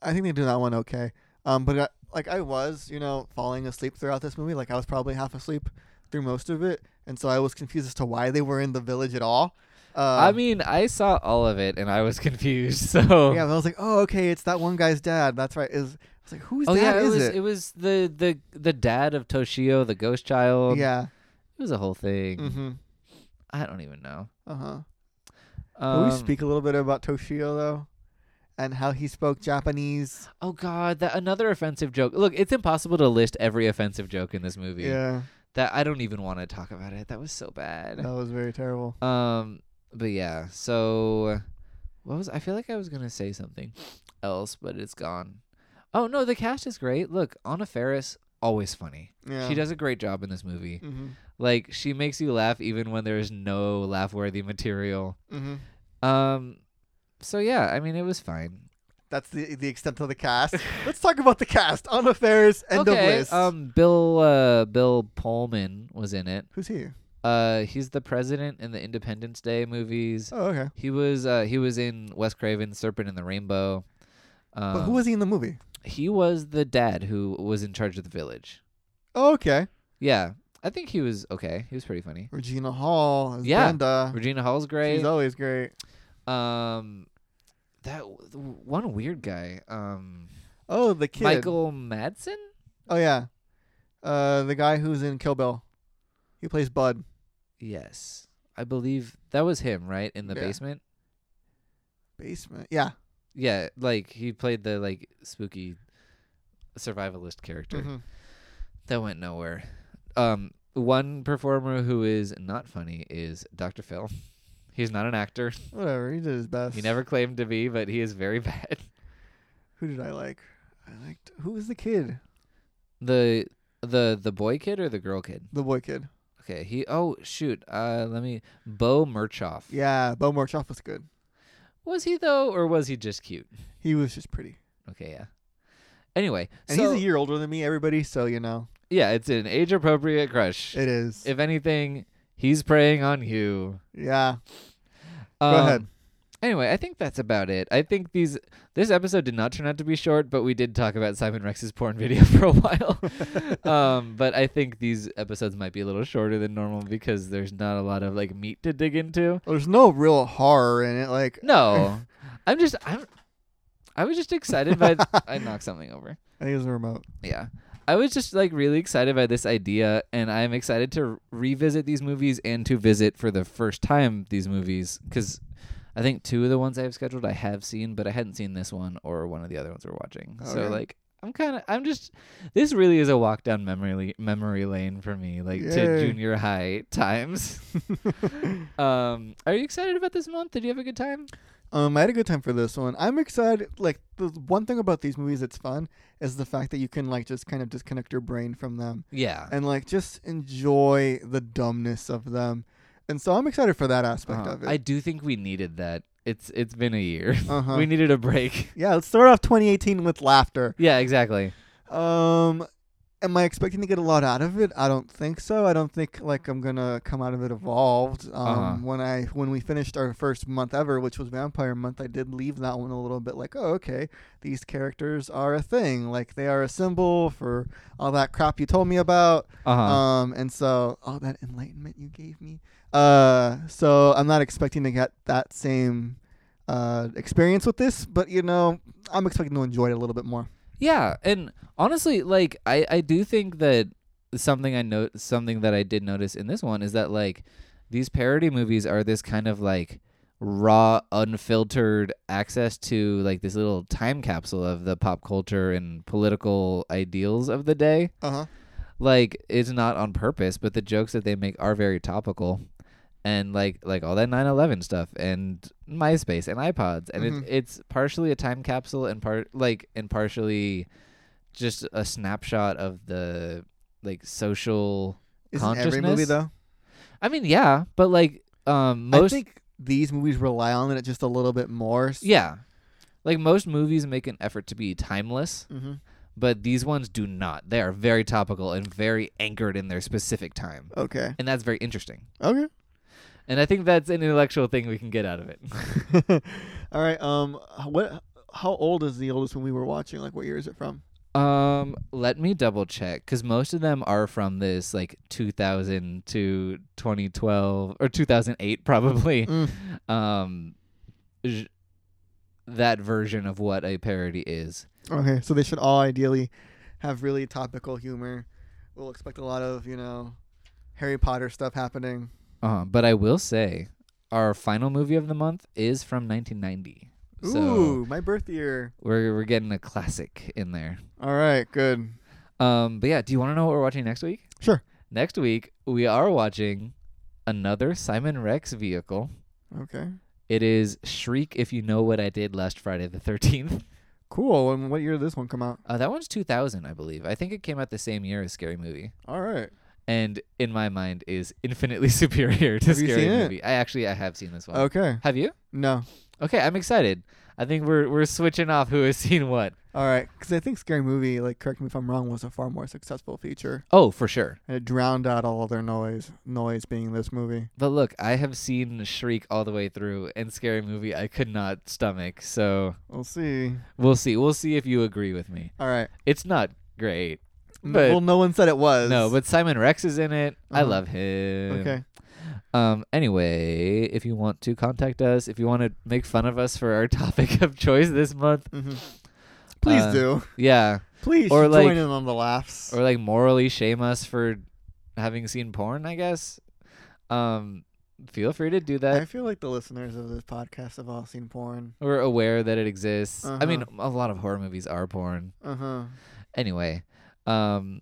Speaker 5: I think they do that one okay. Um, but I, like I was, you know, falling asleep throughout this movie. Like I was probably half asleep through most of it, and so I was confused as to why they were in the village at all. Uh,
Speaker 4: I mean, I saw all of it and I was confused. So
Speaker 5: yeah, but I was like, oh, okay, it's that one guy's dad. That's right. Is I was like, whose
Speaker 4: oh
Speaker 5: dad
Speaker 4: yeah, it
Speaker 5: is
Speaker 4: was
Speaker 5: it?
Speaker 4: was the the the dad of Toshio, the ghost child.
Speaker 5: yeah.
Speaker 4: it was a whole thing.
Speaker 5: Mm-hmm.
Speaker 4: I don't even know.
Speaker 5: Uh huh. Can
Speaker 4: Um,
Speaker 5: we speak a little bit about Toshio though, and how he spoke Japanese?
Speaker 4: Oh god, that another offensive joke. Look, it's impossible to list every offensive joke in this movie.
Speaker 5: Yeah,
Speaker 4: That I don't even want to talk about it. That was so bad.
Speaker 5: that was very terrible.
Speaker 4: Um, but yeah. So, what was I feel like I was gonna say something else, but it's gone. Oh no, the cast is great. Look, Anna Faris always funny.
Speaker 5: Yeah.
Speaker 4: She does a great job in this movie.
Speaker 5: Mm-hmm.
Speaker 4: Like she makes you laugh even when there is no laugh-worthy material.
Speaker 5: Mm-hmm.
Speaker 4: Um, so yeah, I mean it was fine.
Speaker 5: That's the the extent of the cast. Let's talk about the cast. Anna Faris, end of
Speaker 4: okay.
Speaker 5: list.
Speaker 4: um, Bill uh, Bill Pullman was in it.
Speaker 5: Who's he?
Speaker 4: Uh, he's the president in the Independence Day movies.
Speaker 5: Oh, okay.
Speaker 4: He was uh, he was in Wes Craven's Serpent and the Rainbow. Um,
Speaker 5: but who was he in the movie?
Speaker 4: he was the dad who was in charge of the village.
Speaker 5: Oh, okay.
Speaker 4: Yeah, I think he was okay. He was pretty funny.
Speaker 5: Regina Hall as
Speaker 4: Yeah.
Speaker 5: Brenda.
Speaker 4: Regina Hall's great.
Speaker 5: She's always great.
Speaker 4: Um, that w- the one weird guy. Um,
Speaker 5: Oh, the kid.
Speaker 4: Michael Madsen.
Speaker 5: Oh yeah. Uh, the guy who's in Kill Bill. He plays Bud.
Speaker 4: Yes, I believe that was him, right? In the
Speaker 5: Yeah.
Speaker 4: basement.
Speaker 5: Basement. Yeah.
Speaker 4: Yeah, like he played the like spooky survivalist character
Speaker 5: Mhm.
Speaker 4: that went nowhere. Um, one performer who is not funny is Dr. Phil. He's not an actor.
Speaker 5: Whatever. He did his best.
Speaker 4: He never claimed to be, but he is very bad.
Speaker 5: Who did I like? I liked. Who was the kid?
Speaker 4: The the the boy kid or the girl kid?
Speaker 5: The boy kid.
Speaker 4: Okay, he oh shoot, uh let me Bo Murchoff.
Speaker 5: Yeah. Bo Morchoff was good.
Speaker 4: Was he though or was he just cute?
Speaker 5: He was just pretty.
Speaker 4: Okay, yeah. Anyway,
Speaker 5: And
Speaker 4: so
Speaker 5: he's a year older than me, everybody. So you know,
Speaker 4: yeah, it's an age appropriate crush.
Speaker 5: it is.
Speaker 4: if anything, he's preying on you.
Speaker 5: yeah.
Speaker 4: Um,
Speaker 5: Go ahead.
Speaker 4: Anyway, I think that's about it. I think these this episode did not turn out to be short, but we did talk about Simon Rex's porn video for a while. um, but I think these episodes might be a little shorter than normal because there's not a lot of like meat to dig into.
Speaker 5: There's no real horror in it. Like
Speaker 4: No, I'm just I'm I was just excited by th- I knocked something over.
Speaker 5: I think it was a remote.
Speaker 4: Yeah. I was just like really excited by this idea, and I'm excited to r- revisit these movies and to visit for the first time these movies because I think two of the ones I have scheduled I have seen, but I hadn't seen this one or one of the other ones we're watching. So
Speaker 5: Okay.
Speaker 4: like I'm kind of I'm just this really is a walk down memory memory lane for me like to
Speaker 5: Yay.
Speaker 4: junior high times. um, are you excited about this month? Did you have a good time?
Speaker 5: Um, I had a good time for this one. I'm excited. Like the one thing about these movies that's fun is the fact that you can like just kind of disconnect your brain from them
Speaker 4: Yeah.
Speaker 5: and like just enjoy the dumbness of them. And so I'm excited for that aspect
Speaker 4: Uh,
Speaker 5: of
Speaker 4: I
Speaker 5: it.
Speaker 4: do think we needed that. It's it's been a year.
Speaker 5: Uh-huh.
Speaker 4: we needed a break.
Speaker 5: yeah, let's start off 2018 with laughter.
Speaker 4: Yeah, exactly.
Speaker 5: Um, am I expecting to get a lot out of it? I don't think so. I don't think like I'm gonna come out of it evolved. Um,
Speaker 4: Uh-huh.
Speaker 5: when I when we finished our first month ever, which was Vampire Month, I did leave that one a little bit like, oh, okay, these characters are a thing. Like they are a symbol for all that crap you told me about.
Speaker 4: Uh huh.
Speaker 5: Um, and so all that enlightenment you gave me. Uh, so I'm not expecting to get that same uh experience with this, but you know, I'm expecting to enjoy it a little bit more.
Speaker 4: Yeah, and honestly, like I, I do think that something I know something that I did notice in this one is that like these parody movies are this kind of like raw, unfiltered access to like this little time capsule of the pop culture and political ideals of the day.
Speaker 5: Uh huh.
Speaker 4: Like it's not on purpose, but the jokes that they make are very topical. And like like all that 9/11 stuff and MySpace and iPods and
Speaker 5: Mhm.
Speaker 4: it's it's partially a time capsule and part like and partially just a snapshot of the like social.
Speaker 5: Isn't every movie
Speaker 4: Consciousness?
Speaker 5: though?
Speaker 4: I mean, yeah, but like um most
Speaker 5: I think these movies rely on it just a little bit more.
Speaker 4: yeah, like most movies make an effort to be timeless,
Speaker 5: Mm-hmm.
Speaker 4: but these ones do not. They are very topical and very anchored in their specific time,
Speaker 5: Okay.
Speaker 4: and that's very interesting.
Speaker 5: Okay.
Speaker 4: And I think that's an intellectual thing we can get out of it.
Speaker 5: All right. Um. h- What? How old is the oldest one we were watching? Like, what year is it from?
Speaker 4: um, let me double check because most of them are from this like 2000 to 2012 or 2008 probably.
Speaker 5: Mm.
Speaker 4: um, j- that version of what a parody is.
Speaker 5: Okay, so they should all ideally have really topical humor. We'll expect a lot of, you know, Harry Potter stuff happening.
Speaker 4: Uh, but I will say, our final movie of the month is from 1990.
Speaker 5: Ooh,
Speaker 4: So
Speaker 5: my birth year.
Speaker 4: we're we're getting a classic in there.
Speaker 5: All right, good.
Speaker 4: Um, but yeah, do you want to know what we're watching next week?
Speaker 5: Sure.
Speaker 4: Next week we are watching another Simon Rex vehicle.
Speaker 5: Okay.
Speaker 4: It is Shriek if you know what I did last Friday the 13th.
Speaker 5: Cool. And what year did this one come out?
Speaker 4: Uh, that one's 2000, I believe. I think it came out the same year as Scary Movie.
Speaker 5: All right.
Speaker 4: And in my mind is infinitely superior to
Speaker 5: Have you
Speaker 4: Scary
Speaker 5: seen it?
Speaker 4: Movie. I actually I have seen this one.
Speaker 5: Okay.
Speaker 4: Have you?
Speaker 5: No.
Speaker 4: Okay, I'm excited. I think we're we're switching off who has seen what.
Speaker 5: All right, because I think Scary Movie, like, correct me if I'm wrong, was a far more successful feature,
Speaker 4: Oh, for sure.
Speaker 5: and it drowned out all their noise. Noise being this movie.
Speaker 4: But look, I have seen Shriek all the way through and Scary Movie I could not stomach. So,
Speaker 5: We'll see.
Speaker 4: we'll see. We'll see if you agree with me.
Speaker 5: All right.
Speaker 4: It's not great.
Speaker 5: N-
Speaker 4: But-
Speaker 5: well, no one said it was.
Speaker 4: No, but Simon Rex is in it. I
Speaker 5: Uh-huh.
Speaker 4: love him.
Speaker 5: okay.
Speaker 4: Um, anyway, if you want to contact us, if you want to make fun of us for our topic of choice this month,
Speaker 5: hmm Please
Speaker 4: uh,
Speaker 5: do.
Speaker 4: yeah,
Speaker 5: Please
Speaker 4: or, like-
Speaker 5: join in on the laughs.
Speaker 4: or like morally shame us for having seen porn, I guess. Um, feel free to do that.
Speaker 5: I feel like the listeners of this podcast have all seen porn.
Speaker 4: We're aware that it exists. I mean,
Speaker 5: Uh-huh.
Speaker 4: a lot of horror movies are porn.
Speaker 5: Uh huh.
Speaker 4: Anyway, um,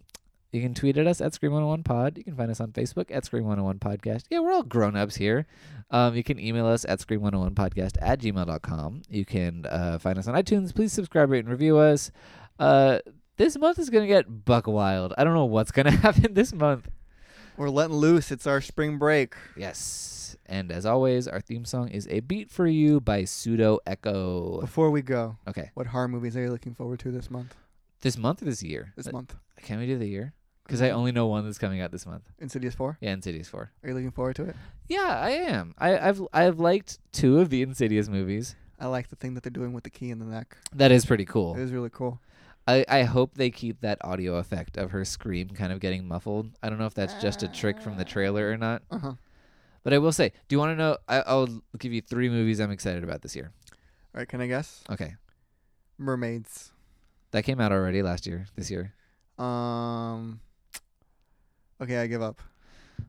Speaker 4: you can tweet at us at Scream 101 Pod. You can find us on Facebook at Scream 101 Podcast. Yeah, we're all grown ups here. Um, you can email us at Scream 101 Podcast at gmail.com. You can uh, find us on iTunes. Please subscribe, rate, and review us. Uh, this month is going to get buck wild. I don't know what's going to happen this month.
Speaker 5: We're letting loose. It's our spring break.
Speaker 4: Yes. And as always, our theme song is A Beat for You by Pseudo Echo.
Speaker 5: Before we go,
Speaker 4: Okay.
Speaker 5: what horror movies are you looking forward to this month?
Speaker 4: This month or this year? Uh,
Speaker 5: This month, Mm-hmm.
Speaker 4: Can we do the year? Because I only know one that's coming out this month.
Speaker 5: Insidious Four.
Speaker 4: Yeah, Insidious 4.
Speaker 5: Are you looking forward to it?
Speaker 4: Yeah, I am. I, I've I've liked two of the Insidious movies.
Speaker 5: I like the thing that they're doing with the key in the neck.
Speaker 4: That is pretty
Speaker 5: It
Speaker 4: cool.
Speaker 5: is really cool.
Speaker 4: I, I hope they keep that audio effect of her scream kind of getting muffled. I don't know if that's just a trick from the trailer or not.
Speaker 5: Uh huh.
Speaker 4: But I will say, do you want to know? I, I'll give you three movies I'm excited about this year.
Speaker 5: All right, can I guess?
Speaker 4: Okay,
Speaker 5: Mermaids.
Speaker 4: that came out already last year. This year,
Speaker 5: Um. Okay, I give up.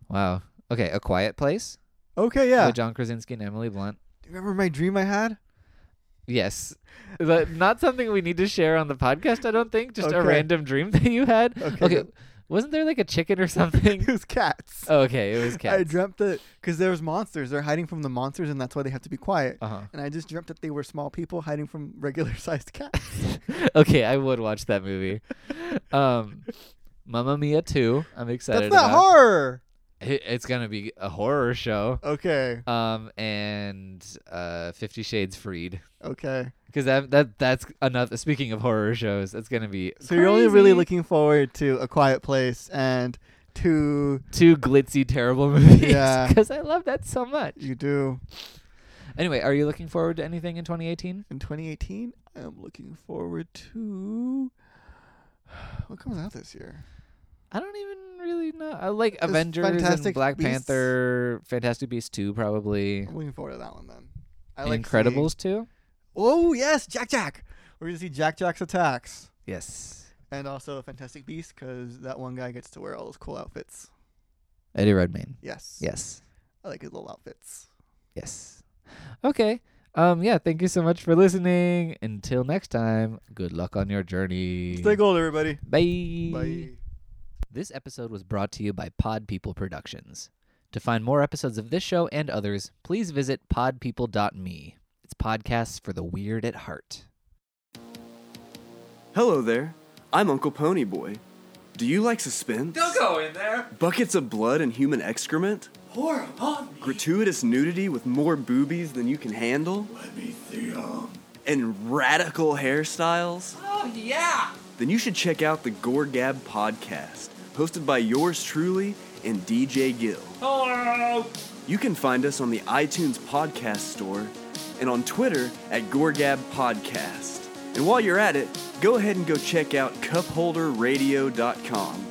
Speaker 4: wow. Okay, A Quiet Place
Speaker 5: Okay, yeah.
Speaker 4: with John Krasinski and Emily Blunt.
Speaker 5: Remember my dream I had?
Speaker 4: Yes, but not something we need to share on the podcast. I don't think. Just a
Speaker 5: Okay.
Speaker 4: random dream that you had.
Speaker 5: Okay.
Speaker 4: Okay, wasn't there like a chicken or something?
Speaker 5: it was cats.
Speaker 4: Oh, okay, it was cats.
Speaker 5: I dreamt that because there was monsters. They're hiding from the monsters, and that's why they have to be quiet.
Speaker 4: uh-huh.
Speaker 5: And I just dreamt that they were small people hiding from regular-sized cats.
Speaker 4: Okay, I would watch that movie. Um, Mamma Mia 2, I'm excited
Speaker 5: that's not
Speaker 4: about.
Speaker 5: horror.
Speaker 4: It- it's going to be a horror show.
Speaker 5: Okay.
Speaker 4: Um, and uh, Fifty Shades Freed.
Speaker 5: Okay.
Speaker 4: Because that, that that's another, speaking of horror shows, that's going to be
Speaker 5: So you're only really
Speaker 4: crazy.
Speaker 5: looking forward to A Quiet Place and to
Speaker 4: two glitzy, terrible movies.
Speaker 5: Yeah.
Speaker 4: Because I love that so much.
Speaker 5: you do
Speaker 4: Anyway, are you looking forward to anything in 2018?
Speaker 5: in 2018. I'm looking forward to what comes out this year.
Speaker 4: I don't even really know. I like
Speaker 5: Is
Speaker 4: Avengers and
Speaker 5: Fantastic
Speaker 4: Black
Speaker 5: Beasts-
Speaker 4: Panther, Fantastic Beasts 2 probably.
Speaker 5: I'm looking forward to that one then. I seeing-
Speaker 4: Incredibles 2?
Speaker 5: oh yes, Jack Jack. We're gonna see Jack Jack's attacks
Speaker 4: Yes.
Speaker 5: and also Fantastic Beasts because that one guy gets to wear all those cool outfits.
Speaker 4: Eddie Redmayne.
Speaker 5: Yes.
Speaker 4: Yes.
Speaker 5: I like his little outfits.
Speaker 4: Yes. Okay. Um yeah, thank you so much for listening. Until next time, good luck on your journey.
Speaker 5: Stay gold, everybody.
Speaker 4: Bye.
Speaker 5: Bye.
Speaker 4: This episode was brought to you by Pod People Productions. To find more episodes of this show and others, please visit podpeople.me. It's podcasts for the weird at heart.
Speaker 2: Hello there. I'm Uncle Ponyboy. Do you like suspense? Don't go in there. Buckets of blood and human excrement?
Speaker 6: Pour upon me.
Speaker 2: Gratuitous nudity with more boobies than you can handle?
Speaker 6: Let me see 'em.
Speaker 2: And radical hairstyles?
Speaker 6: Oh, yeah.
Speaker 2: Then you should check out the Gore Gab podcast, hosted by yours truly and DJ Gill.
Speaker 6: Hello.
Speaker 2: You can find us on the iTunes Podcast Store and on Twitter at Gorgab Podcast. And while you're at it, go ahead and go check out cupholderradio.com.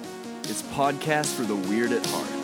Speaker 2: It's podcast for the weird at heart.